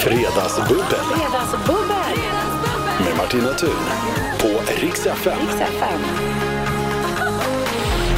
Fredagsbubbel Fredagsbubbel! med Martina Thun på Rix FM.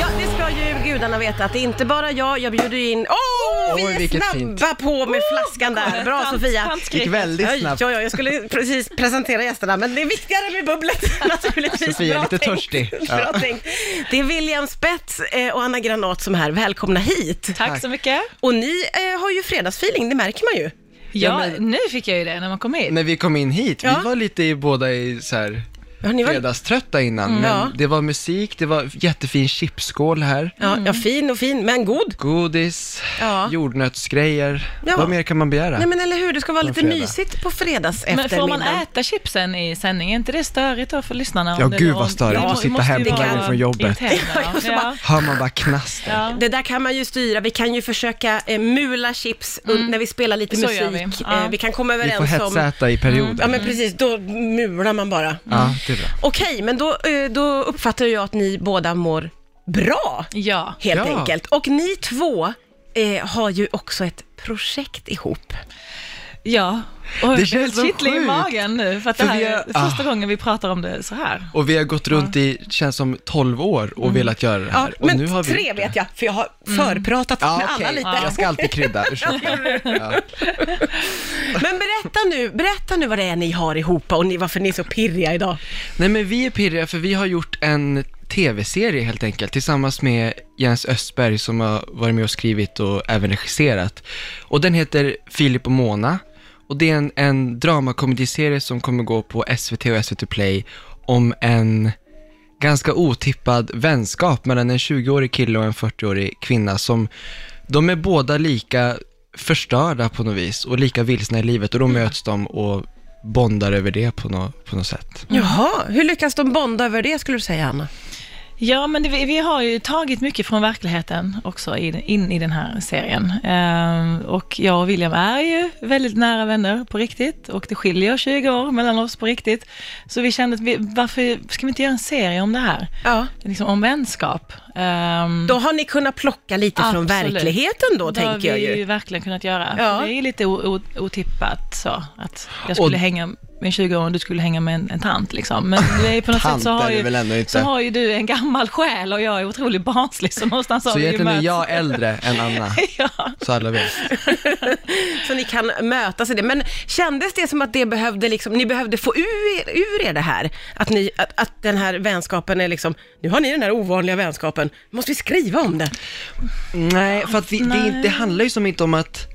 Ja, det ska ju gudarna veta att det är inte bara jag, jag bjuder ju in... Åh, vi Oj, är vilket snabba fint. på med flaskan där! Bra Sofia! gick väldigt Oj, snabbt. oj, oj, jag skulle precis presentera gästerna, men det är viktigare med bubblet naturligtvis. Sofia är Bra lite tänkt. törstig. Bra tänkt. Det är William Spets eh, och Anna Granat som är här. Välkomna hit! Tack så mycket. Och ni eh, har ju fredagsfeeling, det märker man ju. Ja, men- nu fick jag ju det när man kom in. När vi kom in hit, Ja. vi var lite i, båda i så här Ja, ni var... Mm. fredagströtta innan, men Ja. det var musik, det var jättefin chipsskål här, Ja, ja, fin och fin, men god. godis, Ja. jordnötsgrejer. Ja. Vad mer kan man begära? Nej men eller hur, det ska vara lite fredag. mysigt på fredags Men får man äta chipsen i sändning? Är inte det störigt då för lyssnarna? Ja, Om det gud, då- vad störigt Det att må- sitta måste ju hem på vara vägen från jobbet. irriterande, Ja, och så bara- Ja, Hör man bara knaster. ja. Det där kan man ju styra. Vi kan ju försöka eh, mula chips un- när vi spelar lite Så gör vi. musik. Ja. Eh, vi kan komma Mm. Vi får överens om... hetsäta i perioder. Mm. Ja men precis, då mular man bara. Ja, det är bra. Okej, men då, eh, då uppfattar jag att ni båda mår bra, ja. helt Ja. enkelt. Och ni två eh, har ju också ett projekt ihop. ja. Och Det känns så kittlar i sjukt. magen nu, för att För det här vi är har- Ah. första gången vi pratar om det så här. Och vi har gått runt i, känns som 12 år och velat göra det Mm. Ja, här. och men nu har vi tre gjort det. Mm. vet jag, för jag har förpratat Ja, med okej. alla lite. Jag ska alltid krydda, ursäkta. Ja. Men berätta nu, berätta nu vad det är ni har ihop och ni, varför ni är så pirriga idag. Nej men vi är pirriga för vi har gjort en tv-serie helt enkelt tillsammans med Jens Östberg som har varit med och skrivit och även regisserat. Och den heter Filip och Mona och det är en, en dramakomediserie som kommer gå på SVT och SVT Play om en ganska otippad vänskap mellan en 20-årig kille och en 40-årig kvinna som de är båda lika förstörda på något vis och lika vilsna i livet och då möts de och bondar över det på något, på något sätt. Jaha, hur lyckas de bonda över det skulle du säga Anna? Ja, men det, vi vi har ju tagit mycket från verkligheten också in, in i den här serien. Ehm, och jag och William är ju väldigt nära vänner på riktigt och det skiljer 20 år mellan oss på riktigt. Så vi kände att vi, varför ska vi inte göra en serie om det här? Ja. Liksom om vänskap. Ehm, Då har ni kunnat plocka lite Absolut. från verkligheten då, det har tänker jag vi ju. verkligen kunnat göra. Ja. Det är lite o- o- otippat så, att jag skulle Och- hänga med en 20-åring och du skulle hänga med en, en tant liksom. Men det är på något Tant sätt så har, är det ju, väl ändå inte. så har ju du en gammal själ och jag är otroligt barnslig, så någonstans har Så vi ju egentligen är mötts. jag äldre än Anna, ja. så alla vet. Så ni kan mötas i det. Men kändes det som att det behövde liksom, ni behövde få ur, ur er det här? Att, ni, att, att den här vänskapen är liksom, nu har ni den här ovanliga vänskapen, måste vi skriva om det? Nej, för att vi, Det, är inte- det handlar ju som inte om att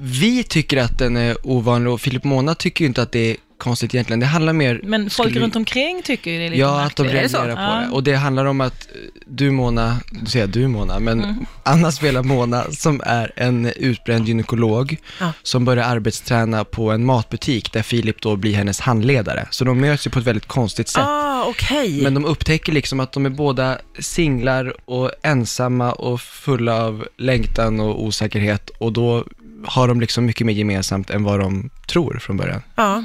vi tycker att den är ovanlig och Filip Mona tycker ju inte att det är konstigt egentligen. Det handlar mer... Men folk skulle- runt omkring tycker ju det är lite Ja, att de märkligt. Är det så? reagerar på Ja. det. Och det handlar om att eh, du Mona, du säger jag du Mona, men Anna spelar Mona som är en utbränd gynekolog Ja. som börjar arbetsträna på en matbutik där Filip då blir hennes handledare. Så de möts ju på ett väldigt konstigt sätt. Ah, okej. Men de upptäcker liksom att de är båda singlar och ensamma och fulla av längtan och osäkerhet och då har de liksom mycket mer gemensamt än vad de tror från början. Ja.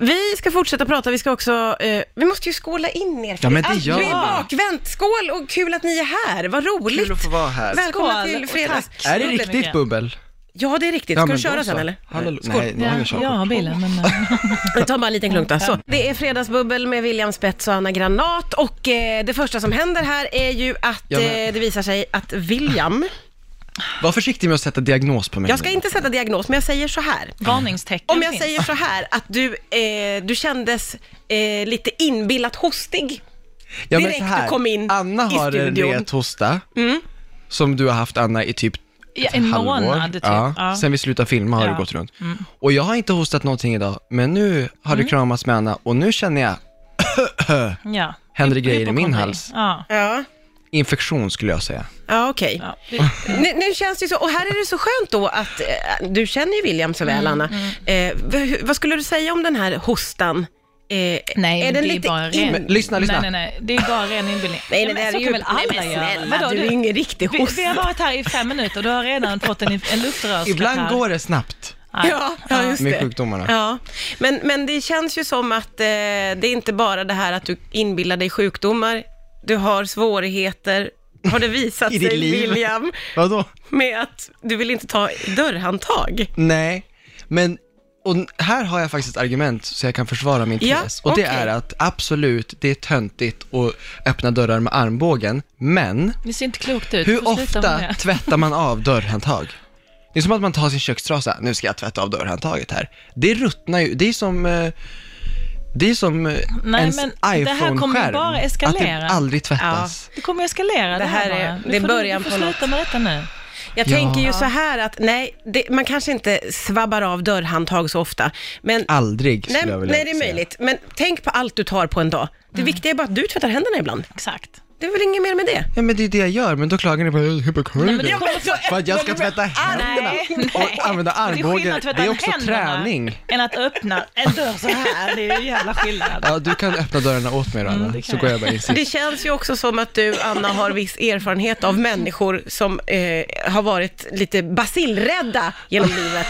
Vi ska fortsätta prata, vi ska också, eh, vi måste ju skåla in er. för Ja, men det allt gör blir vi. bakvänt. Skål och kul att ni är här, vad roligt. vara här. Välkomna Skål till och fredags. tack. Är det Bubbel, riktigt Micke. bubbel? Ja, det är riktigt. Ska du köra sen eller? Hallå, Skål. nej, nu har jag Ja, jag körkort. har bilen, men... eh, Jag tar bara en liten klunk då. Så. Det är Fredagsbubbel med William Spets och Anna Granat och eh, det första som händer här är ju att Ja, eh, men- det visar sig att William, Var försiktig med att sätta diagnos på mig. jag ska inte sätta diagnos men jag säger så här. Varningstecken Om jag finns. säger så här att du, eh, du kändes eh, lite inbillat hostig. ja, men direkt så här, du kom in Anna i har en studion. rät hosta, som du har haft Anna i typ ja, ett en halvår. månad typ. Ja, Ja. Sen vi slutade filma har Ja. det gått runt. Och jag har inte hostat någonting idag, men nu har det kramats med Anna och nu känner jag, Ja. händer det grejer i min Hypokondri. hals? Ja. Ja, Infektion skulle jag säga. ja okej. Ja. Det- Nu, nu känns det ju så, och här är det så skönt då att eh, du känner ju William så Mm, väl Anna. Eh, v- vad skulle du säga om den här hostan? Eh, Nej, är men den det är lite bara in- ren... Men lyssna, lyssna. Nej, nej, nej. Det är bara ren inbildning. Nej, Ja, det men där så är ju... kan väl alla nej, men göra? snälla, Vadå, du är ju ingen riktig vi, vi hosta. har varit här i fem minuter och du har redan fått en, en luftrörskatarr. Ibland går det snabbt Ja, ja, just med det. sjukdomarna. Ja, men, men det känns ju som att eh, det är inte bara det här att du inbillar dig sjukdomar, du har svårigheter, har det visat I ditt sig liv. William, Vadå? med att du vill inte ta dörrhandtag. Nej, men och här har jag faktiskt ett argument så jag kan försvara min tes. Ja, och det okej. är att absolut, det är töntigt att öppna dörrar med armbågen, men Det ser inte klokt ut. hur Får sluta med ofta det. tvättar man av dörrhandtag? Det är som att man tar sin kökstrasa, nu ska jag tvätta av dörrhandtaget här. Det ruttnar ju, det är som, eh, det är som eh, Nej, ens men det här iPhone-skärm. kommer ju bara Att eskalera. det aldrig tvättas. Det kommer ju eskalera det här, Det här är- bara. Nu det är får början du, på du får något. sluta med detta nu. Jag Ja. tänker ju så här att, nej, det, man kanske inte svabbar av dörrhandtag så ofta, men Aldrig, skulle nej, jag vilja nej, det är säga. möjligt. Men tänk på allt du tar på en dag. Det Mm. viktiga är bara att du tvättar händerna ibland. Exakt. Det är väl inget mer med det? Ja, men det är det jag gör, men då klagar ni på hur kan Nej, du men det?" det kommer så För att jag ska tvätta händerna Nej, nej. och använda Men det är skillnad armbågen, att tvätta det är också händerna träning. Än att öppna en dörr så här, det är ju en jävla skillnad. Ja, du kan öppna dörrarna åt mig då, Anna, Mm, det kan så går jag bara in Det sist. känns ju också som att du, Anna, har viss erfarenhet av människor som eh, har varit lite basilrädda genom livet.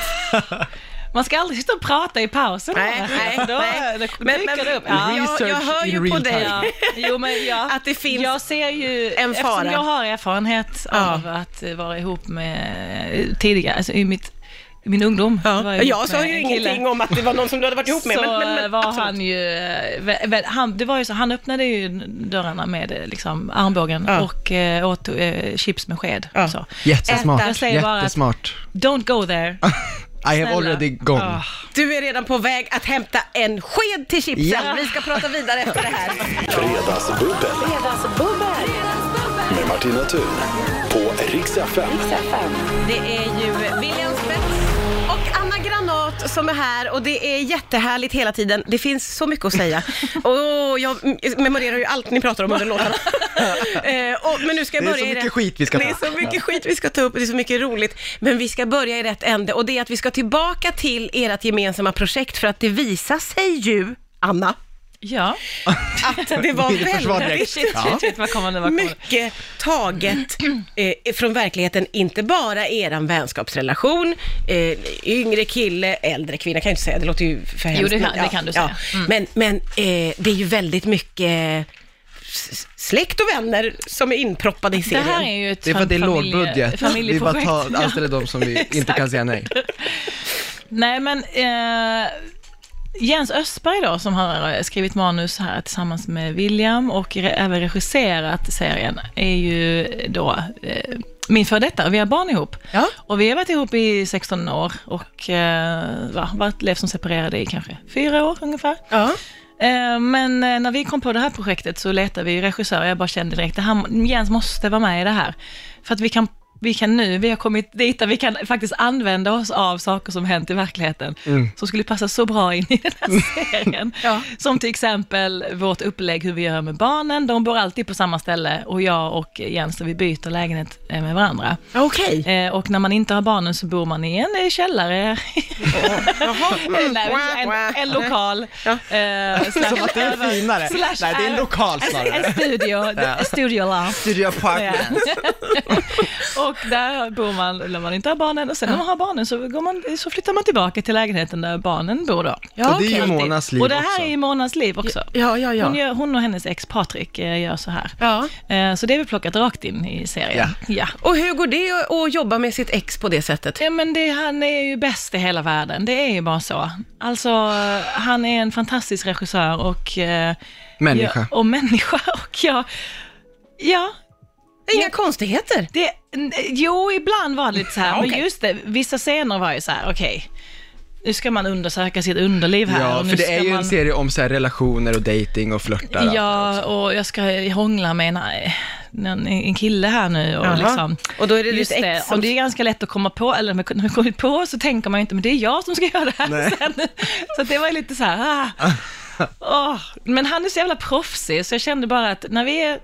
Man ska aldrig sitta och prata i pausen. Nej, nej, Då nej. det dyker Men- men- det upp. ja, Ja. jag- jag hör Research ju in på real dig. time. Ja, jo, men ja. Att det finns jag ser en ju, fara. Eftersom jag har erfarenhet Ja. av att eh, vara ihop med, tidigare, alltså i mitt, i min ungdom. var Ja. jag ihop Jag sa med ju en kille. ingenting om att det var någon som du hade varit ihop med, så men, men, men var absolut. han ju, eh, vä- vä- han, det var ju så, han öppnade ju dörrarna med eh, liksom, armbågen Ja. och eh, åt eh, chips med sked. Ja. Så. Äta. Jag Jättesmart, säger bara att- jättesmart. Don't go there. I have Snälla. already gone. Ah. Du är redan på väg att hämta en sked till chipsen. Ja. Vi ska prata vidare efter det här. Fredagsbubbel Fredagsbubbel! med Martina Thun på Rix FM. Rix FM. Det är ju William Spets och Anna Granat som är här och det är jättehärligt hela tiden. Det finns så mycket att säga. Och jag m- memorerar ju allt ni pratar om under låtarna. Eh, och, men nu ska jag Det är börja så i mycket rätt- skit vi ska Det är ta. så mycket skit vi ska ta upp och det är så mycket roligt. Men vi ska börja i rätt ände och det är att vi ska tillbaka till ert gemensamma projekt för att det visar sig ju, Anna, Ja. att det var Vill du försvara väldigt direkt? Ja. Shit, shit, vad kommer det, vad kommer det? mycket taget eh, från verkligheten, inte bara eran vänskapsrelation, eh, yngre kille, äldre kvinna kan jag inte säga, det låter ju för hemskt. det kan- men, ja, det kan du ja. säga. Mm. Men, men eh, det är ju väldigt mycket s- släkt och vänner som är inproppade i Det serien. här är ju ett Det är för att det är familje- lågbudget. Vi bara familjeprojekt. tar, Ja. anställer de som vi inte kan säga nej. Nej, men eh, Jens Östberg då, som har eh, skrivit manus här tillsammans med William och re- även regisserat serien, är ju då eh, min före detta. Vi har barn ihop. Ja. Och vi har varit ihop i 16 år och eh, va, varit levt som separerade i kanske fyra år ungefär. Ja. Eh, Men eh, när vi kom på det här projektet så letade vi regissör jag bara kände direkt att Jens måste vara med i det här. För att vi kan, vi kan nu, vi har kommit dit där vi kan faktiskt använda oss av saker som hänt i verkligheten. Som skulle passa så bra in i den här serien. Som till exempel vårt upplägg hur vi gör med barnen. De bor alltid på samma ställe och jag och Jens vi byter lägenhet eh, med varandra. Okej. Eh, Och när man inte har barnen så bor man i en eh, källare, Jaha. Mm. Nej, en, en lokal. eh, slash- Alltså, Som att det är finare. Slash Nej, det är en lokal En, snarare. en studio, en studio lounge. Studio Ja. apartment. och där bor man när man inte har barnen och sen när man har barnen så, går man, så flyttar man tillbaka till lägenheten där barnen bor då. Och det är ju Monas liv och det här också. är ju Monas liv också. Ja, ja, Hon, ja. gör, hon och hennes ex Patrik eh, gör så här. ja. Eh, Så det har vi plockat rakt in i serien. Ja. Och hur går det att- att jobba med sitt ex på det sättet? Ja, men det, han är ju bäst i hela världen. Det är ju bara så. Alltså, han är en fantastisk regissör och... eh, Människa. Ja, och människa. Och jag, ja, Inga konstigheter. det, n- jo, ibland var det lite så här. okej. Men just det, vissa scener var ju så här, okej. nu ska man undersöka sitt underliv här. Ja, och nu för det ska är ju man... en alltså. serie om så här, relationer och dating och flörtar. Ja, och jag ska hångla med en, en, en kille här nu. Och, Jaha. liksom, Och då är det just ditt ex det, som- och det är ganska lätt att komma på, eller när man kommer på så tänker man ju inte, men det är jag som ska göra det här Nej. sen. Så att det var ju lite så här, ah. Åh. Men han är så jävla proffsig, så jag kände bara att när vi är,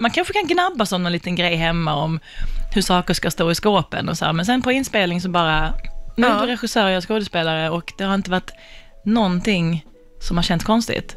man kanske kan gnabbas om någon liten grej hemma om hur saker ska stå i skåpen och så här, men sen på inspelning så bara, nu är Ja. du regissör, jag är skådespelare och det har inte varit någonting som har känts konstigt.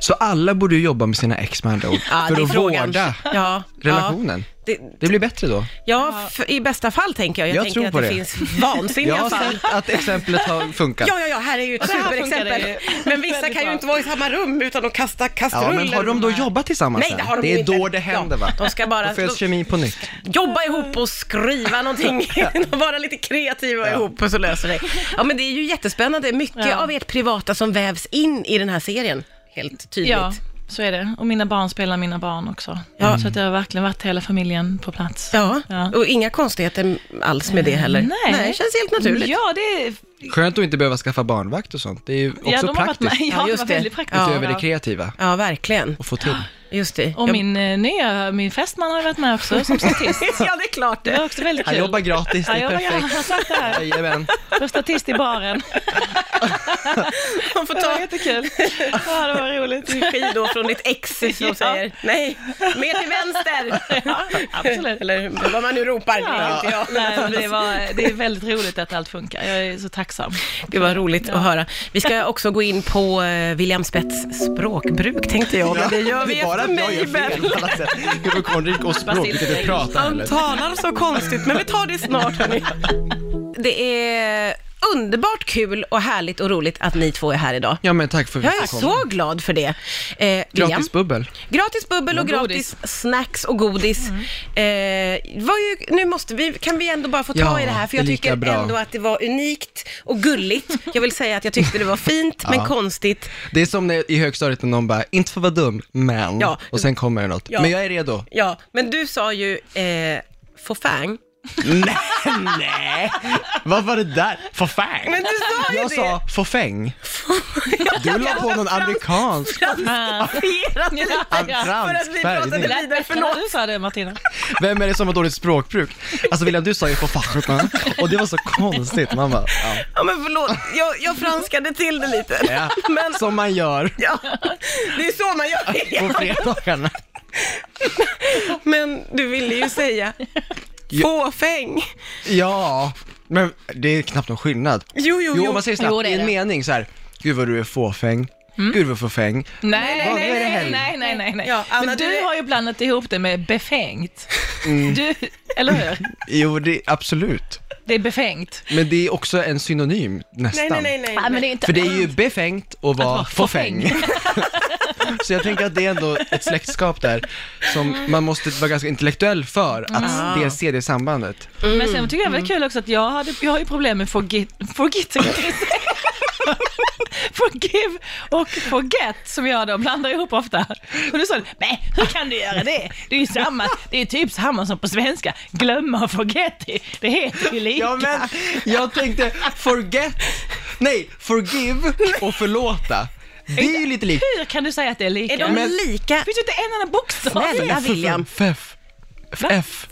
Så alla borde ju jobba med sina ex med andra ord. Ja, det för är att frågan. vårda Ja, ja. relationen. det, Det blir bättre då. ja, f- i bästa fall tänker jag. Jag, Jag tänker tror att på det, det. finns vansinniga Jag har fall. sett att exemplet har funkat. Ja, ja, ja, här är ju ett så här funkar superexempel. det ju. Men vissa Väldigt kan ju bra. inte vara i samma rum utan att kasta Ja, kastruller. men har de då jobbat tillsammans Nej, det har de sen? Det är ju inte. då det händer Ja, va? de ska bara- Då föds de- kemin på nytt. Jobba ihop och skriva någonting. Vara lite kreativa ihop och så löser det Ja, men det är ju jättespännande. Mycket Ja. av ert privata som vävs in i den här serien. Helt tydligt. Ja, så är det. Och mina barn spelar mina barn också. Ja. Så att det har verkligen varit hela familjen på plats. Ja, Ja. och inga konstigheter alls med det heller. Nej. det känns helt naturligt. Ja, det är... Skönt att inte behöva skaffa barnvakt och sånt. Det är ju också ja, de har varit med. praktiskt. Ja, just det var det. väldigt praktiskt. Ja. Utöver det kreativa. Ja, verkligen. Och få till. Just det. Och Jag- min eh, nya, min fästman har ju varit med också som statist. ja, det är klart Det var det. också väldigt kul. Han jobbar gratis, det Ja, är jag jobbar- han perfekt. har sagt det här. Jajamän. Som statist i baren. Man får Det var ta jättekul. Ja, det var roligt. regi då från ditt ex som Ja. säger nej, mer till vänster. absolut. Eller vad man nu ropar, det är inte jag. Nej, men det, var, det är väldigt roligt att allt funkar. Jag är så tacksam. Det var roligt att höra. Vi ska också gå in på eh, William Spets språkbruk tänkte jag, men det gör vi är bara efter att jag gör fel Mabel. på alla sätt. Hur får Conrik och språk, vi kan inte prata Han heller. talar så konstigt, men vi tar det snart hörni. Det är underbart kul och härligt och roligt att ni två är här idag. Ja men tack för att vi Jag är fick komma. så glad för det. Eh, William? Gratis bubbel. Gratis bubbel och Och gratis godis. snacks och godis. Eh, var ju, nu måste vi, kan vi ändå bara få ta Ja, i det här, för det är jag lika tycker bra. ändå att det var unikt och gulligt. Jag vill säga att jag tyckte det var fint, men konstigt. Det är som när, i högstadiet när någon bara, inte för att vara dum, men. Ja. Och sen kommer det något. Ja. Men jag är redo. Ja, men du sa ju eh, fåfäng. nej, nej. Vad var det där? Fåfäng? Men du sa ju Jag det! sa fåfäng. Du la på någon amerikansk, Ja, För att vi pratade fransk färgning. lite- vidare, förlåt. du för det, Martina? Vem är det som har dåligt språkbruk? Alltså William, du sa ju fåfäng va? och det var så konstigt. Man bara, ja. Ja, men förlåt, jag, jag franskade till det lite. Ja. Men, Som man gör ja, det är så man gör. på fredagarna. Men du ville ju säga fåfäng. Ja, men det är knappt någon skillnad. Jo, jo, Jo, jo. om man säger snabbt Jo, det är i en det. mening så här, gud vad du är fåfäng, Mm. gud vad fåfäng. Nej, Vad nej, är det nej, här? nej, nej, nej, nej. Ja, Anna, Men du du är- har ju blandat ihop det med befängt. Mm. Du, eller hur? Jo, det, absolut. Det är befängt. Men det är också en synonym nästan. nej, nej, nej, nej. Nej, men det är inte... För det är ju befängt att vara vara fåfäng. så jag tänker att det är ändå ett släktskap där som man måste vara ganska intellektuell för att dels se det sambandet. Men sen tycker jag det var kul också att jag, hade, jag har ju problem med forget, forget tänkte jag säga. Forgive och forget som jag då blandar ihop ofta. Och du sa nej, hur kan du göra det? Det är ju samma, det är typ samma som på svenska, glömma och forget, det- det heter ju lika. Ja men, jag tänkte forget, nej, forgive och förlåta. Det är ju lite likt. Hur kan du säga att det är lika? Är de Men- lika? Finns det inte en enda bokstav? Snälla. F, William. F, F, F,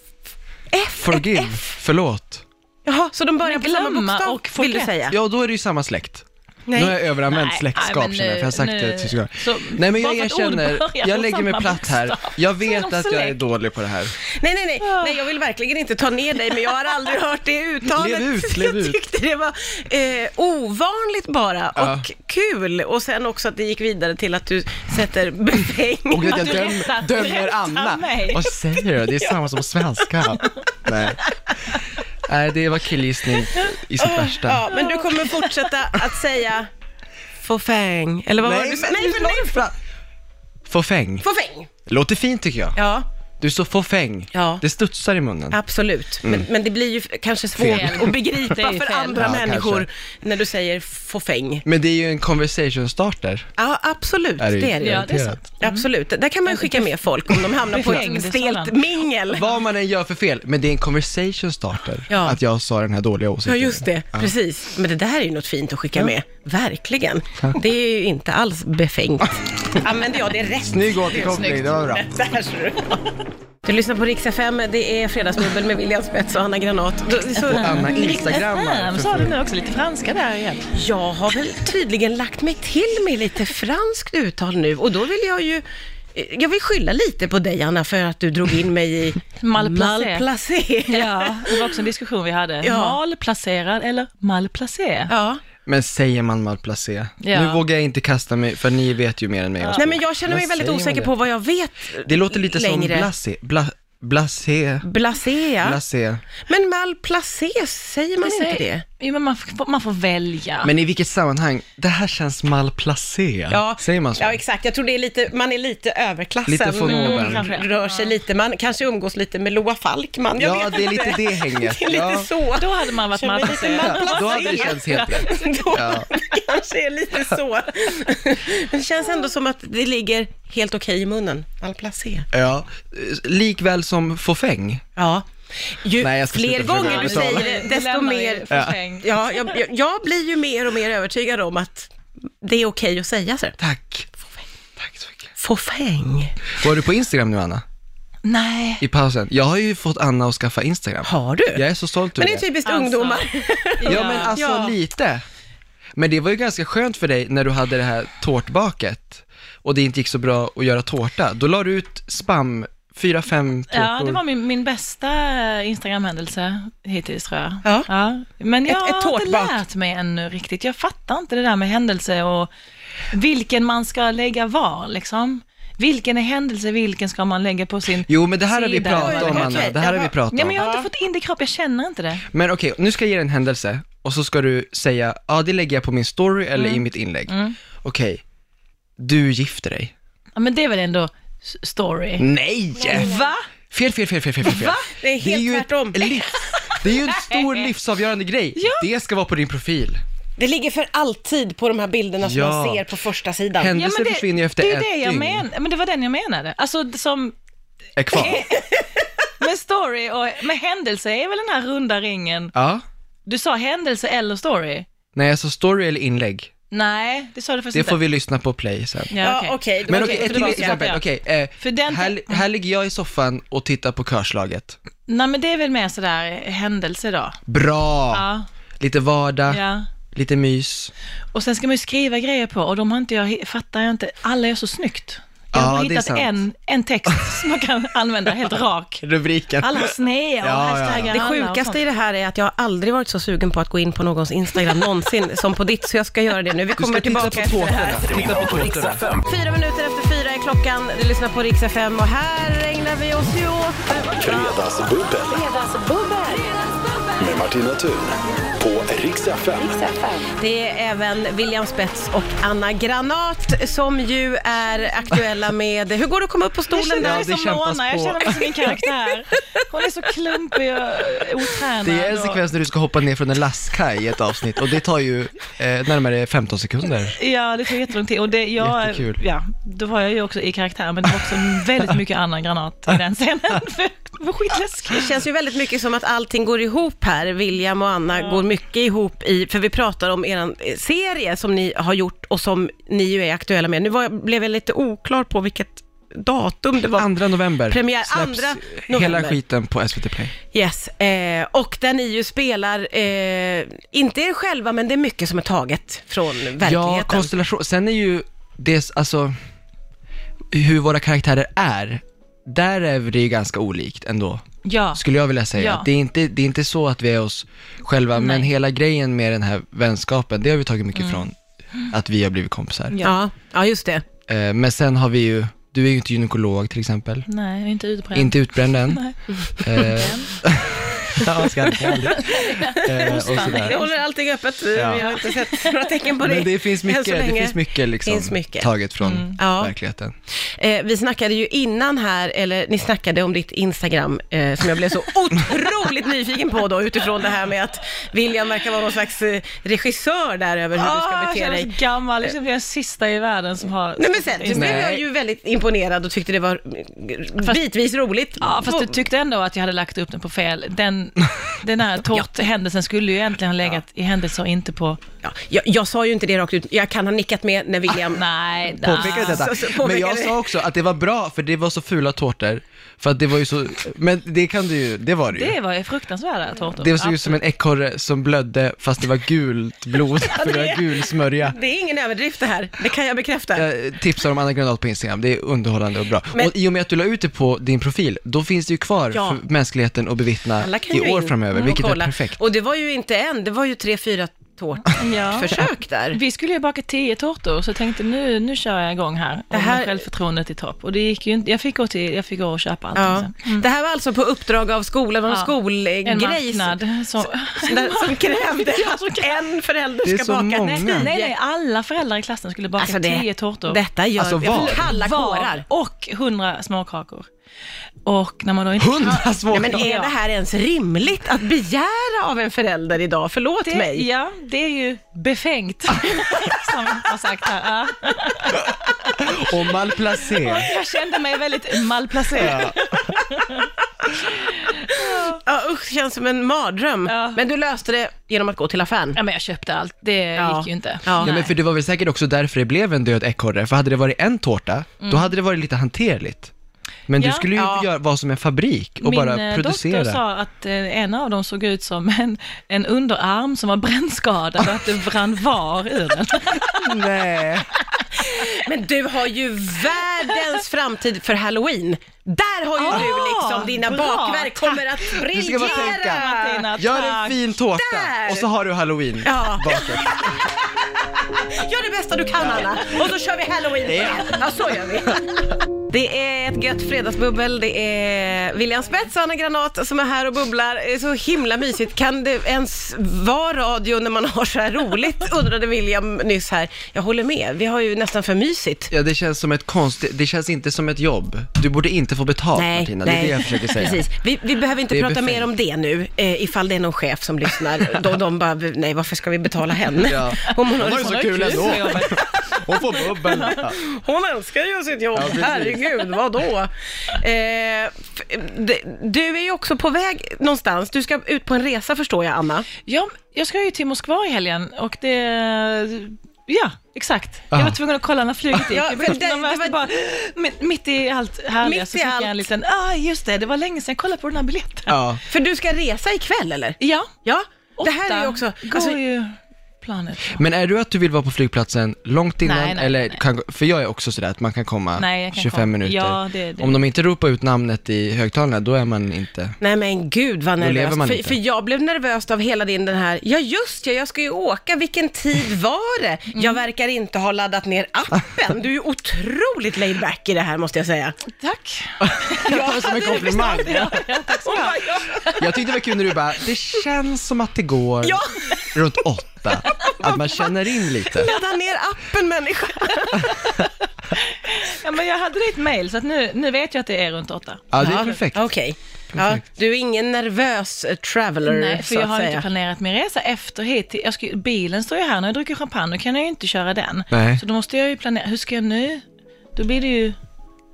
F, forgive, förlåt. Jaha, så de börjar Men på samma glömma bokstav, och vill du forget. säga? Ja, då är det ju samma släkt. Nej. Nu har jag överanvänt Nej, släktskap nej, men känner jag, för jag har nu- sagt det nu- tusen gånger. så- Nej men jag bara för att ord erkänner, börjar jag på lägger mig samma platt här. bokstav. Jag Så är vet de att jag är släkt. dålig på det här. Nej, nej, nej, nej, jag vill verkligen inte ta ner dig, men jag har aldrig hört det uttalet. Lev ut, lev Jag ut. tyckte det var eh, ovanligt bara, och kul. Och sen också att det gick vidare till att du sätter befäng. Och att jag du döm, rättar- du dömer rättar Anna. mig. Vad säger du? Det är samma som svenska. Nej. Nej, det var killgissning i sitt värsta. Ja, men du kommer fortsätta att säga fåfäng, eller vad var det du sa? Nej, för nej, nej. Fåfäng. fåfäng. Låter fint tycker jag. Ja, Du sa fåfäng. Ja. Det studsar i munnen. absolut. Men, men det blir ju f- kanske svårt Fel. att Det begripa är ju för fel. andra Ja, människor kanske. när du säger fåfäng. Men det är ju en conversation starter. Ja, absolut, Är det ju. det är det ju. Ja, det är sant. Absolut, där kan man ju skicka med folk om de hamnar på ett Befängd stelt sådan. mingel. Vad man än gör för fel, men det är en conversation starter. Ja. Att jag sa den här dåliga Ja, åsikten. just det. Precis. Men det där är ju något fint att skicka med. Verkligen. Det är ju inte alls befängt. Använder jag det rätt? Snygg återkoppling, det var bra. Där ser du. Du lyssnar på Rix FM, det är Fredagsbubbel med William Spets och Hanna Granat. Då- Så, Anna Fan, instagrammar. sa du nu också lite franska där igen. jag har väl tydligen lagt mig till med lite franskt uttal nu och då vill jag ju eh, jag vill skylla lite på dig, Anna, för att du drog in mig i Malplacé. malplacé. Ja, det var också en diskussion vi hade. Ja. Malplacerad eller malplacé? Ja. Men säger man malplacé? Ja. Nu vågar jag inte kasta mig, för ni vet ju mer än mig. om Nej språk. men jag känner mig Men väldigt säger man osäker det? på vad jag vet Det låter lite som längre. blasé, bla, Blasé. Blasé, ja. Blasé. Men malplacé, säger man inte det? Jo, Alltså, men man, får- man får välja. Men i vilket sammanhang? Det här känns malplacé. Säger man så? Ja, exakt. Mm. Jag tror det är lite, man är lite överklassen. Lite von oben. Man rör sig lite. Man kanske umgås lite med Loa Falkman. Jag Ja, vet det är inte. lite det hänget. Det är lite Ja. så. Då hade man varit Känner mig lite malplacerad. malplacé. Då hade det känts helt rätt. Då Ja. det kanske är lite så. Men det känns ändå som att det ligger helt okej i munnen. Malplacé. Ja. Likväl som fåfäng. Ja. Ju Nej, jag ska fler sluta försöka gånger du övertala. säger det, desto Dilemma är mer... förfäng. Ja, jag, jag, jag blir ju mer och mer övertygad om att det är okej att säga så. här. Tack. Tack så mycket. Fåfäng. Var du på Instagram nu, Anna? Nej. I pausen. Jag har ju fått Anna att skaffa Instagram. Har du? Jag är så stolt Men över det är typiskt Alltså. ungdomar. Ja, men alltså Ja. lite. Men det var ju ganska skönt för dig när du hade det här tårtbaket och det inte gick så bra att göra tårta. Då la du ut spam, fyra, fem tårtor. Ja, det var min, min bästa Instagram-händelse hittills tror jag. Ja. Men Ett- jag ett har inte tårtbak. lärt mig ännu riktigt. Jag fattar inte det där med händelse och vilken man ska lägga var liksom. Vilken är händelse, vilken ska man lägga på sin Jo, men det här har vi sida? pratat om, Okej, Anna. Det här har vi jaha. pratat Nej, men om. jag har inte fått in det i kroppen, jag känner inte det. Men okej, nu ska jag ge dig en händelse och så ska du säga, ja, det lägger jag på min story eller i mitt inlägg. Okej, du gifter dig. Ja, men det är väl ändå s- story? Nej! Va? Fel, fel, fel, fel, fel, fel. fel. Det är helt ju ett tvärtom. livs- det är ju en stor livsavgörande grej. Det ska vara på din profil. Det ligger för alltid på de här bilderna som Ja. man ser på första sidan. Hen- Händelser försvinner ju efter det är ett det jag dygn. men, men det var den jag menade. Alltså d- som, Är kvar. med story och med händelse är väl den här runda ringen. Ja. Du sa händelse eller story? Nej, alltså story eller inlägg. Nej, det sa du faktiskt Det inte. får vi lyssna på play sen. Ja, ja, okej. okej. då- Men okej, okej, för ett det till var så exempel. jag- Okej, eh, För den- här, här ligger jag i soffan och tittar på körslaget. Nej, men det är väl mer sådär händelse då. Bra! Ja. Lite vardag, ja. lite mys. Och sen ska man ju skriva grejer på och de har inte jag, fattar jag inte, alla gör så snyggt. Jag Ja, har bara det är hittat sant. en, en text som man kan använda helt rak. Rubriken. Alla har snea och Ja, ja, ja. hashtaggar Det alla och sjukaste sånt. i det här är att jag har aldrig varit så sugen på att gå in på någons Instagram någonsin som på ditt, så jag ska göra det nu. Vi Du kommer ska titta tillbaka på tårtorna. Titta på tårtorna. Riks-FM. Fyra minuter efter fyra är klockan, du lyssnar på Rix FM och här ägnar vi oss ju åt... Fredagsbubbel med Martina Thun på Riks-FM. Det är även William Spets och Anna Granat som ju är aktuella med... Hur går det att komma upp på Jag stolen känner där? mig Ja, det som kämpas Mona, jag på. känner mig som min karaktär. Hon är så klumpig och otränad. Det är en och- sekvens när du ska hoppa ner från en lastkaj i ett avsnitt och det tar ju eh, närmare 15 sekunder. Ja, det tog jättelång tid. Och det, jag, Jättekul. ja, då var jag ju också i karaktär, men det var också väldigt mycket annan granat i den scenen. För det var skitläskigt. Det känns ju väldigt mycket som att allting går ihop här. William och Anna går mycket ihop i, för vi pratar om er serie som ni har gjort och som ni ju är aktuella med. Nu var, jag- blev jag lite oklar på vilket datum det var. Andra november Premiär släpps andra hela november. skiten på SVT Play. yes, eh, och där ni ju spelar, eh, inte er själva, men det är mycket som är taget från verkligheten. Ja, konstellation. Sen är ju det, alltså, hur våra karaktärer är, där är det ju ganska olikt ändå, Ja, skulle jag vilja säga. Ja. Det, är inte, det är inte så att vi är oss själva, men Nej. hela grejen med den här vänskapen, det har vi tagit mycket från att vi har blivit kompisar. ja. ja, just det. Eh, men sen har vi ju, du är ju inte gynekolog till exempel. nej, jag är inte ute på Inte utbränd än. Nej. Eh, ja, ska jag aldrig. Eh, och sådär. Det håller allting öppet. Ja. Vi har inte sett några tecken på det. Men det finns än så mycket, det länge. finns mycket, liksom, Finns mycket. Mm. taget från Ja. verkligheten. Eh, vi snackade ju innan här, eller ni snackade om ditt Instagram, eh, som jag blev så otroligt nyfiken på då, utifrån det här med att William verkar vara någon slags eh, regissör där över hur du ska Ah, jag bete känner mig dig. så gammal, jag känner mig den sista i världen som har... Nej men sen så blev Nej. jag ju väldigt imponerad och tyckte det var eh, bitvis roligt. Ja, fast du tyckte ändå att jag hade lagt upp den på fel. Den, den här tårthändelsen skulle ju egentligen ha legat i händelser och inte på... ja, jag, jag sa ju inte det rakt ut, jag kan ha nickat med när William... Nej, nej. påpekade Ah, Så- detta. så påpekade men jag vi. sa också att det var bra för det var så fula tårtor. För att det var ju så, men det kan du ju, det var det ju. Det var ju fruktansvärda tårtor. Det såg ut som en ekorre som blödde fast det var gult blod, för det var gul smörja. Det är ingen överdrift det här, det kan jag bekräfta. Jag tipsar om Anna Granath på Instagram, det är underhållande och bra. Men- och i och med att du la ut det på din profil, då finns det ju kvar Ja. för mänskligheten att bevittna Alla kan i ju år in Mm, framöver, och vilket är kolla. perfekt. Och det var ju inte en, det var ju tre, fyra tårtförsök där. Vi skulle ju baka tio tårtor, så jag tänkte nu, nu kör jag igång här. Det här- här... Självförtroendet i topp. Och det gick ju inte, jag fick gå, till, jag fick gå och köpa allting Ja. sen. Mm. Det här var alltså på uppdrag av skolan, någon Ja. En skolgrej som, marknad. Som... där- som krävde att en förälder Det är ska så baka många. tio. Nej, nej, alla föräldrar i klassen skulle baka Alltså det- tio tårtor. Detta gör Alltså, jag var? får kalla Var kårar. Och hundra småkakor. Och när man då inte Hundra Nej, svårt. men är Ja. det här ens rimligt att begära av en förälder idag? Förlåt det, mig. Ja, det är ju befängt, som har sagt här. Ja. Och malplacerat. Jag kände mig väldigt malplacerad. Ja, usch, känns som en mardröm. Ja. Men du löste det genom att gå till affären. Ja, men jag köpte allt. Det Ja. gick ju inte. Ja. Nej. Ja, men för det var väl säkert också därför det blev en död ekorre, för hade det varit en tårta, då hade det varit lite hanterligt. Men Ja. du skulle ju Ja. göra, vara som en fabrik och Min bara eh, producera. doktor sa att eh, en av dem såg ut som en, en underarm som var brännskadad och att det brann var ur den. Nej. Men du har ju världens framtid för halloween. Där har ju Ah, du liksom, dina bra, bakverk kommer att Du ska bara tänka. briljera. Martina, Gör en tack. fin tårta Där! och så har du halloween Ja. bakom. Gör det bästa du kan Anna, och så kör vi halloween på det. Ja, så gör vi. Det är ett gött fredagsbubbel, det är William Spets och Anna Granat som är här och bubblar. Det är så himla mysigt. Kan det ens vara radio när man har så här roligt? Undrade William nyss här. Jag håller med, vi har ju nästan för mysigt. Ja, det känns som ett konst, det känns inte som ett jobb. Du borde inte få betalt Martina, det är det jag försöker säga. Precis. Vi, vi behöver inte Det är prata befängt. mer om det nu, eh, ifall det är någon chef som lyssnar. De, de bara, nej varför ska vi betala henne? Ja. Om hon, Hon har har liksom- ju så var kul kul ändå. med jobbet. Hon får bubbel. Ja. hon älskar ju sitt jobb, Ja, precis. herregud, vadå? Eh, f- d- du är ju också på väg någonstans, du ska ut på en resa förstår jag Anna. Ja, jag ska ju till Moskva i helgen och det... Ja, exakt. Ah. Jag var tvungen att kolla när flyget gick. Ja, Jag för blev det- nervös. det var- Det bara, men mitt i allt härliga Mitt så i fick jag allt. en liten, ah just det, det var länge sedan jag kollade på den här biljetten. Ja. För du ska resa ikväll eller? Ja, Ja, det åtta här är ju också... går alltså, ju planet. Men är du att du vill vara på flygplatsen långt innan? Nej, nej, eller nej. Kan, för jag är också sådär att man kan komma Nej, jag kan 25 komma. minuter. Ja, det- det- Om de inte ropar ut namnet i högtalarna, då är man inte... Nej men gud vad lever man nervös. För, inte. för jag blev nervös av hela din den här, ja just ja, jag ska ju åka, vilken tid var det? Jag Mm. verkar inte ha laddat ner appen. Du är ju otroligt laid back i det här måste jag säga. Tack. Jag tar det som en komplimang. Ja, ja, tack så mycket. Jag tyckte det var kul när du bara, det känns som att det går Ja. runt åtta. Att man känner in lite. Ladda ner appen människa. Ja, men jag hade ditt mail så att nu, nu vet jag att det är runt åtta. Ja, det är perfekt. Okej. Ja, du är ingen nervös eh, traveler Nej, för så jag att har säga. inte planerat min resa efter hit. till- Jag ska, ju- bilen står ju här, när jag dricker champagne, då kan jag ju inte köra den. Nej. Så då måste jag ju planera, hur ska jag nu? Då blir det ju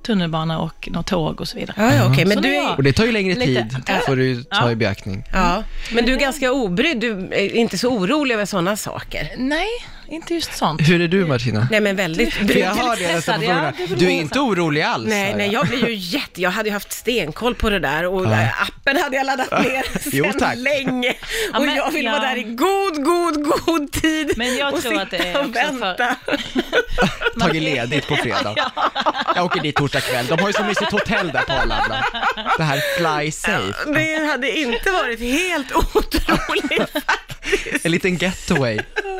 tunnelbana och något tåg och så vidare. Ja, ja, okej, men Så du det är är... jag. Och det tar ju längre Lite. tid, får du ta i beaktning. Ja, men du är ganska obrydd, du är inte så orolig över sådana saker. Nej, inte just sånt. Hur är du Martina? Nej men väldigt För brydd. jag hör det nästan på stressad, frågorna. ja, det beror Du är på. inte orolig alls. Nej, hör nej, jag blir ju jätte... Jag hade ju haft stenkoll på det där och eh, appen hade jag laddat ner sedan Jo, tack. länge. Ja, och men- jag vill ja. vara där i god, god, god tid Men jag och tror sitta att det är och också för- vänta. tagit ledigt på fredag. Jag åker dit torsdag kväll. De har ju så mysigt hotell där på Arlanda. Det här fly safe. Det hade inte varit helt otroligt. En liten getaway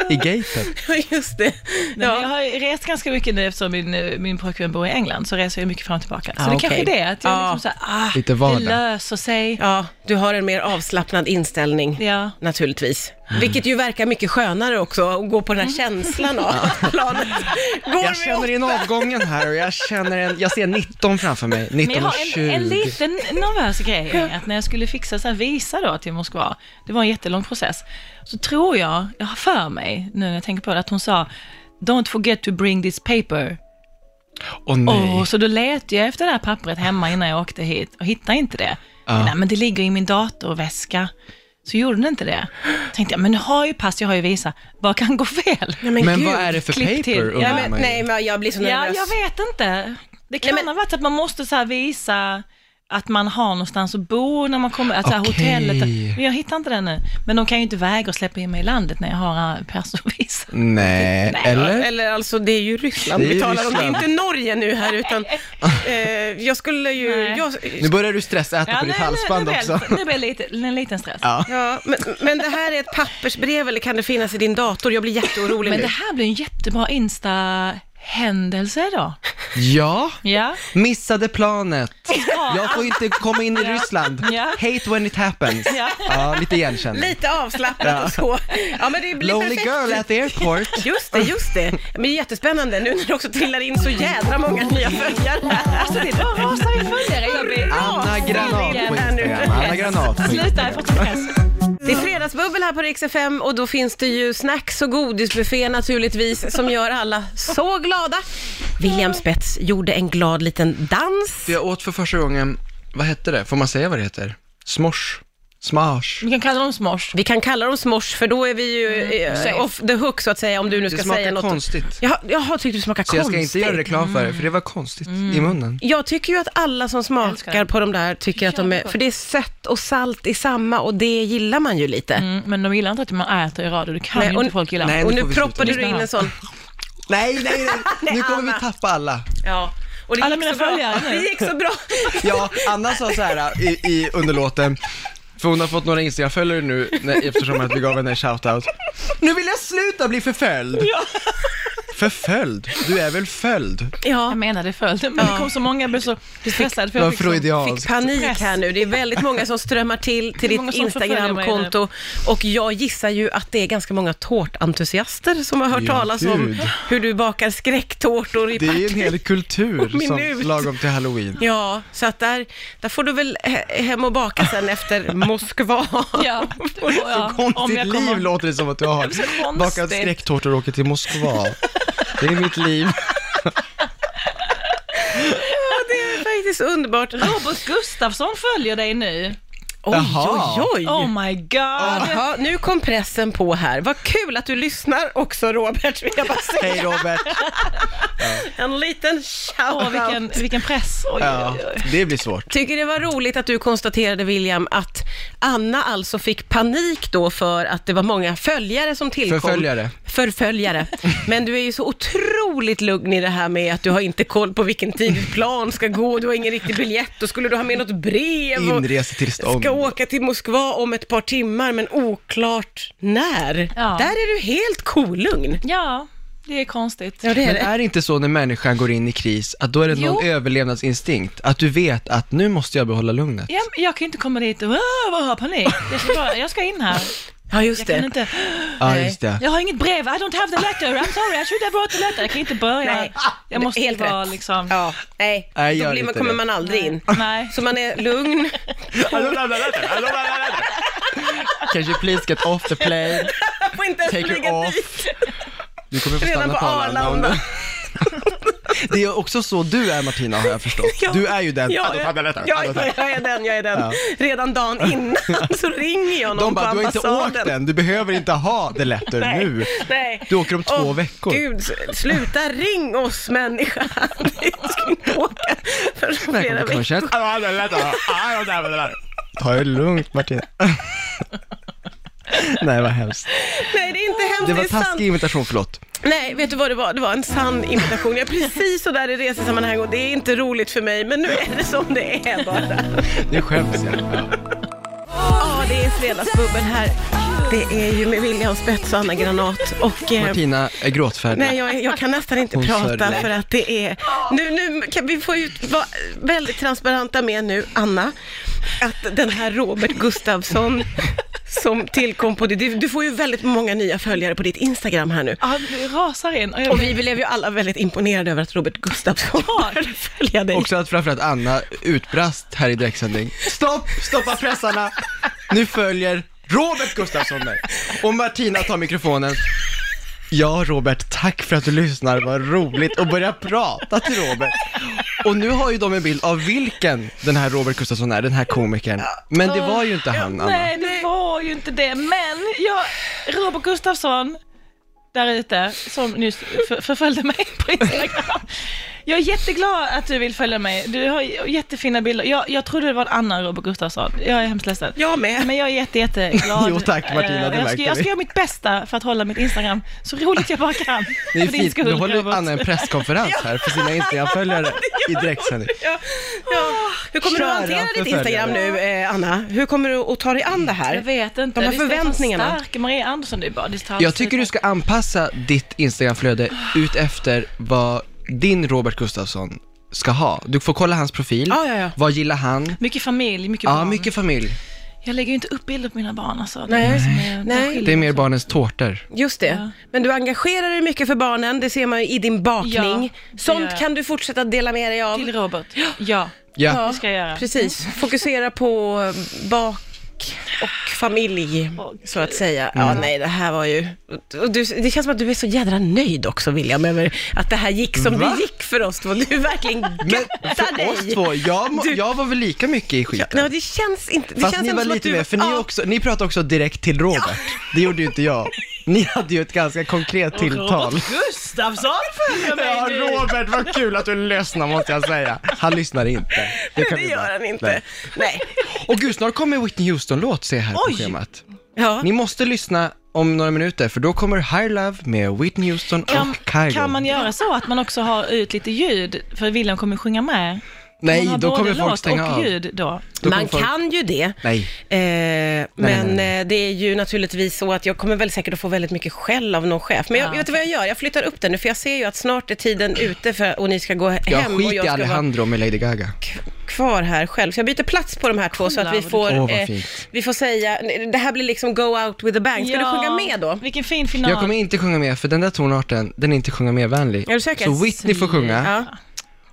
i gaten. Just det. Nej, men Ja. Jag har ju rest ganska mycket nu eftersom min, eh, min pojkvän bor i England, så reser jag mycket fram och tillbaka. Så Ah, det okej. kanske är det, att jag Ja. liksom så här, ah, Lite det vardag. löser sig. ja, du har en mer avslappnad inställning. Ja. Naturligtvis. Vilket ju verkar mycket skönare också, att gå på den här Mm. känslan av planet. Går Jag vi känner in avgången här och jag känner en, jag ser 19 framför mig, Men jag 19 och har 20. en, en liten nervös grej, är att när jag skulle fixa så här visa då till Moskva, det var en jättelång process, så tror jag, jag har för mig nu när jag tänker på det, att hon sa Don't forget to bring this paper. Åh nej. Oh, så då letade jag efter det här pappret hemma innan jag åkte hit och hittade inte det. Ja. Nej, men det ligger i min datorväska. Så gjorde den inte det. tänkte jag, men nu har jag ju pass, jag har ju visa. Vad kan gå fel? Nej, men gud. vad är det för klipp till. paper Ja, undrar Nej, man men, ju. nej, men jag blir så Ja, nervös. jag vet inte. Det kan Nej, men- ha varit att man måste så här visa att man har någonstans att bo när man kommer, att så här, Okej. hotellet, men jag hittar inte den nu. Men de kan ju inte vägra att släppa in mig i landet när jag har eh, persovis. Nej, Ja, eller? eller alltså det är ju Ryssland Det är vi ju talar om, det är Ryssland. inte Norge nu här utan eh, jag skulle ju... Nej. Jag, Nu börjar du stressäta på ditt halsband nu, nu, också. blir jag- nu blir det lite, en liten stress. Ja. ja, men, men det här är ett pappersbrev eller kan det finnas i din dator? Jag blir jätteorolig Men nu. det här blir en jättebra Insta-händelse då. ja, Ja. missade planet. Jag får inte komma in i Ryssland. Ja. Hate when it happens. Ja. Ja, lite igenkännande. Lite avslappnat och så. Ja, men det blir Lonely perfekt. girl at the airport. Just det, just det. Men det är jättespännande nu när det också trillar in så jädra många nya följare. Alltså det bara rasar in följare. Jag blir... Anna Granat på Instagram. Anna Granat. Sluta, jag får inte press. Det är fredagsbubbel här på Rix FM och då finns det ju snacks och godisbuffé naturligtvis som gör alla så glada. William Spets gjorde en glad liten dans. Jag åt för första gången, vad hette det? Får man säga vad det heter? Smors? Smash? Vi kan kalla dem smosh. Vi kan kalla dem smosh för då är vi ju eh, off the hook så att säga om du nu Det ska smakar säga något. konstigt. Jaha, jaha tyckte du smakar Så jag konstigt. ska inte göra reklam för det, för det var konstigt i munnen. Jag tycker ju att alla som älskar smakar det. på de där tycker att de är, för det är sött och salt i samma och det gillar man ju lite. Mm, men de gillar inte att man äter i radio. Det kan Nej, ju och- inte folk gilla. Nej. och nu nu får vi proppade sluta. du in en sån. Nej, nej, nej. Nu kommer vi Anna. tappa alla. Ja. Och det Alla gick mina så bra. följare nu. Det gick så bra. Ja, Anna sa så här i, i underlåten, för hon har fått några Instagram-följare nu när, eftersom att vi gav henne en shoutout. Nu vill jag sluta bli förföljd! Förföljd? Du är väl följd? Jag Ja. menade följden, men det kom så många. Jag blev så stressad. Det För var jag fick så... Fick freudianskt. panik Press. här nu. Det är väldigt många som strömmar till till Det är många ditt som förföljer mig nu. Instagramkonto och jag gissar ju att det är ganska många tårtentusiaster som har hört Ja, talas om gud. hur du bakar skräcktårtor i Det är ju en paket. hel kultur som Minut. lagom till halloween. Ja, så att där, där får du väl he- hem och baka sen efter Moskva. Ja. ja. Om Konstigt jag kommer- liv låter det som att du har. konstigt. Bakat skräcktårtor och åker till Moskva. Det är mitt liv. Det är faktiskt underbart. Robert Gustafsson följer dig nu. Oj, Jaha. oj, oj. Oh my god. Jaha, nu kom pressen på här. Vad kul att du lyssnar också Robert, vill jag bara säga. Hej Robert. En liten Åh, shout-out. vilken, vilken press. Oj, Ja, oj, oj. det blir svårt. Tycker det var roligt att du konstaterade William att Anna alltså fick panik då för att det var många följare som tillkom. Förföljare. Förföljare. Men du är ju så otroligt lugn i det här med att du har inte koll på vilken tid ditt plan ska gå, du har ingen riktig biljett och skulle du ha med något brev och Inresetillstånd. ska åka till Moskva om ett par timmar men oklart när. Ja. Där är du helt kolugn. Ja, det är konstigt. Ja, det är Men det. är det inte så när människan går in i kris, att då är det någon Jo. överlevnadsinstinkt? Att du vet att nu måste jag behålla lugnet? Ja, men jag kan ju inte komma dit och "Åh, vad har panik. Jag ska, bara, jag ska in här. Ja, just Jag kan det. inte. Ja, Nej. just det. Jag har inget brev. I don't have the letter. I'm sorry. I should have brought the letter. Jag kan inte börja. Nej, Jag måste ju helt vara rätt. liksom... Ja, nej, Nej, då gör blir man, inte kommer det. man aldrig in. Nej. Så man är lugn. Can you please get off the plane? Jag får inte ens Take flyga her dit. off. Du kommer få Redan stanna på på, Arlanda. om Arlanda. du- Det är också så du är Martina har jag förstått. Ja. Du är ju den. Ja, jag, jag, jag är den, jag är den. Redan dagen innan så ringer jag någon De bara, på du har inte ambassaden. åkt den, du behöver inte ha det lättare Nej, nu. Nej. Du åker om två Åh, veckor. Gud, s- sluta ring oss människa. Vi ska inte åka för flera Välkommen till veckor. Kvarnsvett. Ta det lugnt Martina. Nej vad hemskt. Nej, det är inte hemskt, Det var är sant. taskig invitation, förlåt. Nej, vet du vad det var? Det var en sann imitation. Jag är precis sådär i resesammanhang och det är inte roligt för mig, men nu är det som det är bara. Nu skäms jag. Ja, det är fredagsbubbel här. Det är ju med William Spets och Anna Granat och... eh, Martina är gråtfärdig. Nej, jag, jag kan nästan inte Hon prata sörjer. för att det är... Nu, nu kan vi få ut, vara väldigt transparenta med nu, Anna, att den här Robert Gustafsson som tillkom på det, du, du får ju väldigt många nya följare på ditt Instagram här nu. Ja, det rasar in. Och jag Och vi blev ju alla väldigt imponerade över att Robert Gustafsson Ja. började följa dig. Också att framförallt Anna utbrast här i direktsändning. Stopp! Stoppa pressarna! Nu följer Robert Gustafsson mig. Och Martina tar mikrofonen. Ja, Robert, tack för att du lyssnar. Vad roligt och börja prata till Robert. Och nu har ju de en bild av vilken den här Robert Gustafsson är, den här komikern. Men det var ju inte han, Anna. Nej, det var ju inte det. Men jag, Robert Gustafsson där ute, som nyss för- förföljde mig på Instagram. Jag är jätteglad att du vill följa mig. Du har j- jättefina bilder. Jag, jag trodde det var en annan Robert Gustafsson. Jag är hemskt ledsen. Jag med. Men jag är jätte, jätteglad. Jo, tack, Martina, Eh, det jag, märkte ska, jag ska vi. göra mitt bästa för att hålla mitt Instagram så roligt jag bara kan. Det är För din fint, skull, nu håller Robert. Anna en presskonferens här för sina Instagram-följare i direktsändning. Ja, ja. Hur kommer du att Kära hantera ditt förföljare. Instagram nu, eh, Anna? Hur kommer du att ta dig an det här? Jag vet inte. De här Vi ska få en förväntningarna. Stark Maria Andersson, det är bara distans. Jag tycker du ska anpassa ditt Instagram-flöde ut efter vad din Robert Gustafsson ska ha. Du får kolla hans profil. Ja, ja, ja. Vad gillar han? Mycket familj, mycket Ja, barn. mycket familj. Jag lägger ju inte upp bilder på mina barn alltså. Nej. Det är som är- Nej. skiljer Det är mer också. barnens tårtor. Just det. Ja. Men du engagerar dig mycket för barnen, det ser man ju i din bakning. Ja, det gör Sånt jag. kan du fortsätta dela med dig av. Till Mm. Robert. Ja, Ja. det ska jag göra. Precis, fokusera på bak och familj, Åh, så att säga. Mm. Ja, nej, det här var ju... och Du, det känns som att du är så jädra nöjd också, William, över att det här gick som Va? det gick för oss två. Du verkligen Men göttar för oss dig. två, jag, må- Du- jag var väl lika mycket i skiten? Nej, det känns inte... Det Fast känns ni ändå var som att lite du- mer, för ni, Ja. också, ni pratade också direkt till Robert. Det gjorde ju inte jag. Ni hade ju ett ganska konkret tilltal. Gustafsson följer Ja, Robert, vad kul att du lyssnar måste jag säga. Han lyssnar inte. Nej, kan det vi gör bara- han inte. Nej. Nej. Och gud, snart kommer Whitney Houston-låt se här Oj! på schemat. Ja. Ni måste lyssna om några minuter, för då kommer High Love med Whitney Houston Kan, och Kygo. kan man göra så att man också har ut lite ljud? För William kommer sjunga med. Nej, Man har då både kommer folk låt stänga och av. ljud då. Då kommer Man folk- kan ju det. Nej. Eh, men nej, eh, det är ju naturligtvis så att jag kommer väl säkert att få väldigt mycket skäll av någon chef. Men jag, Ja, vet du vad jag gör? Jag flyttar upp den nu, för jag ser ju att snart är tiden ute för, och ni ska gå hem Jag och skiter jag i ska vara Alejandro med Lady Gaga. kvar här själv. Så jag byter plats på de här två så Kolla att vi vad får, du- Åh, vad eh, fint. vi får säga, det här blir liksom go out with a bang. Ska Ja, du sjunga med då? Vilken fin final. Jag kommer inte sjunga med, för den där tonarten, den är inte sjunga med-vänlig. Är du säker? Så Whitney får sjunga, Ja.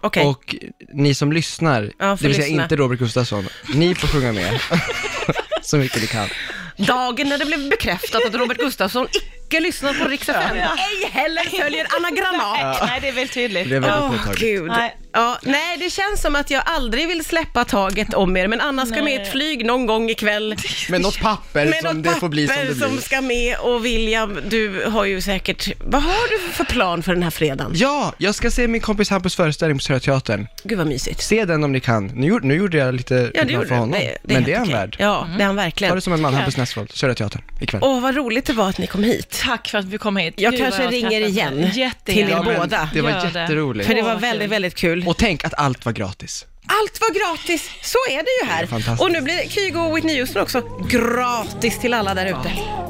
Okej. och ni som lyssnar, Ja, det får vill säga lyssna. inte Robert Gustafsson, ni får sjunga med. Så mycket ni kan. Dagen när det blev bekräftat att Robert Gustafsson icke lyssnar på Rix FM, ej heller följer anagrammat. Nej, det är väl tydligt. Det är väldigt Åh, påtagligt. Gud. Nej. Nej. Ja, nej, det känns som att jag aldrig vill släppa taget om er, men Anna ska Nej. med i ett flyg någon gång ikväll. Med något papper Med som något det får bli som papper det blir. som ska med och William, du har ju säkert, vad har du för plan för den här fredagen? Ja, jag ska se min kompis Hampus föreställning på Södra Teatern. Gud vad mysigt. Se den om ni kan. Nu, gjorde- nu gjorde jag lite Ja, det reklam gjorde för du. honom, men helt det är han okej. värd. Ja, Mm. det är han verkligen. Ta det som en man, Hampus Nessvold, Södra Teatern, ikväll. Åh, vad roligt det var att ni kom hit. Tack för att vi kom hit. Jag Gud, vad kanske har ringer skrattat. igen Jättegärna. till er Ja, men båda. det var Gör jätteroligt. För det Åh, var vad väldigt, kul. väldigt kul. Och tänk att allt var gratis. Allt var gratis, så är det ju Det är här. fantastiskt. Och nu blir Kygo och Whitney Houston också gratis till alla där ute.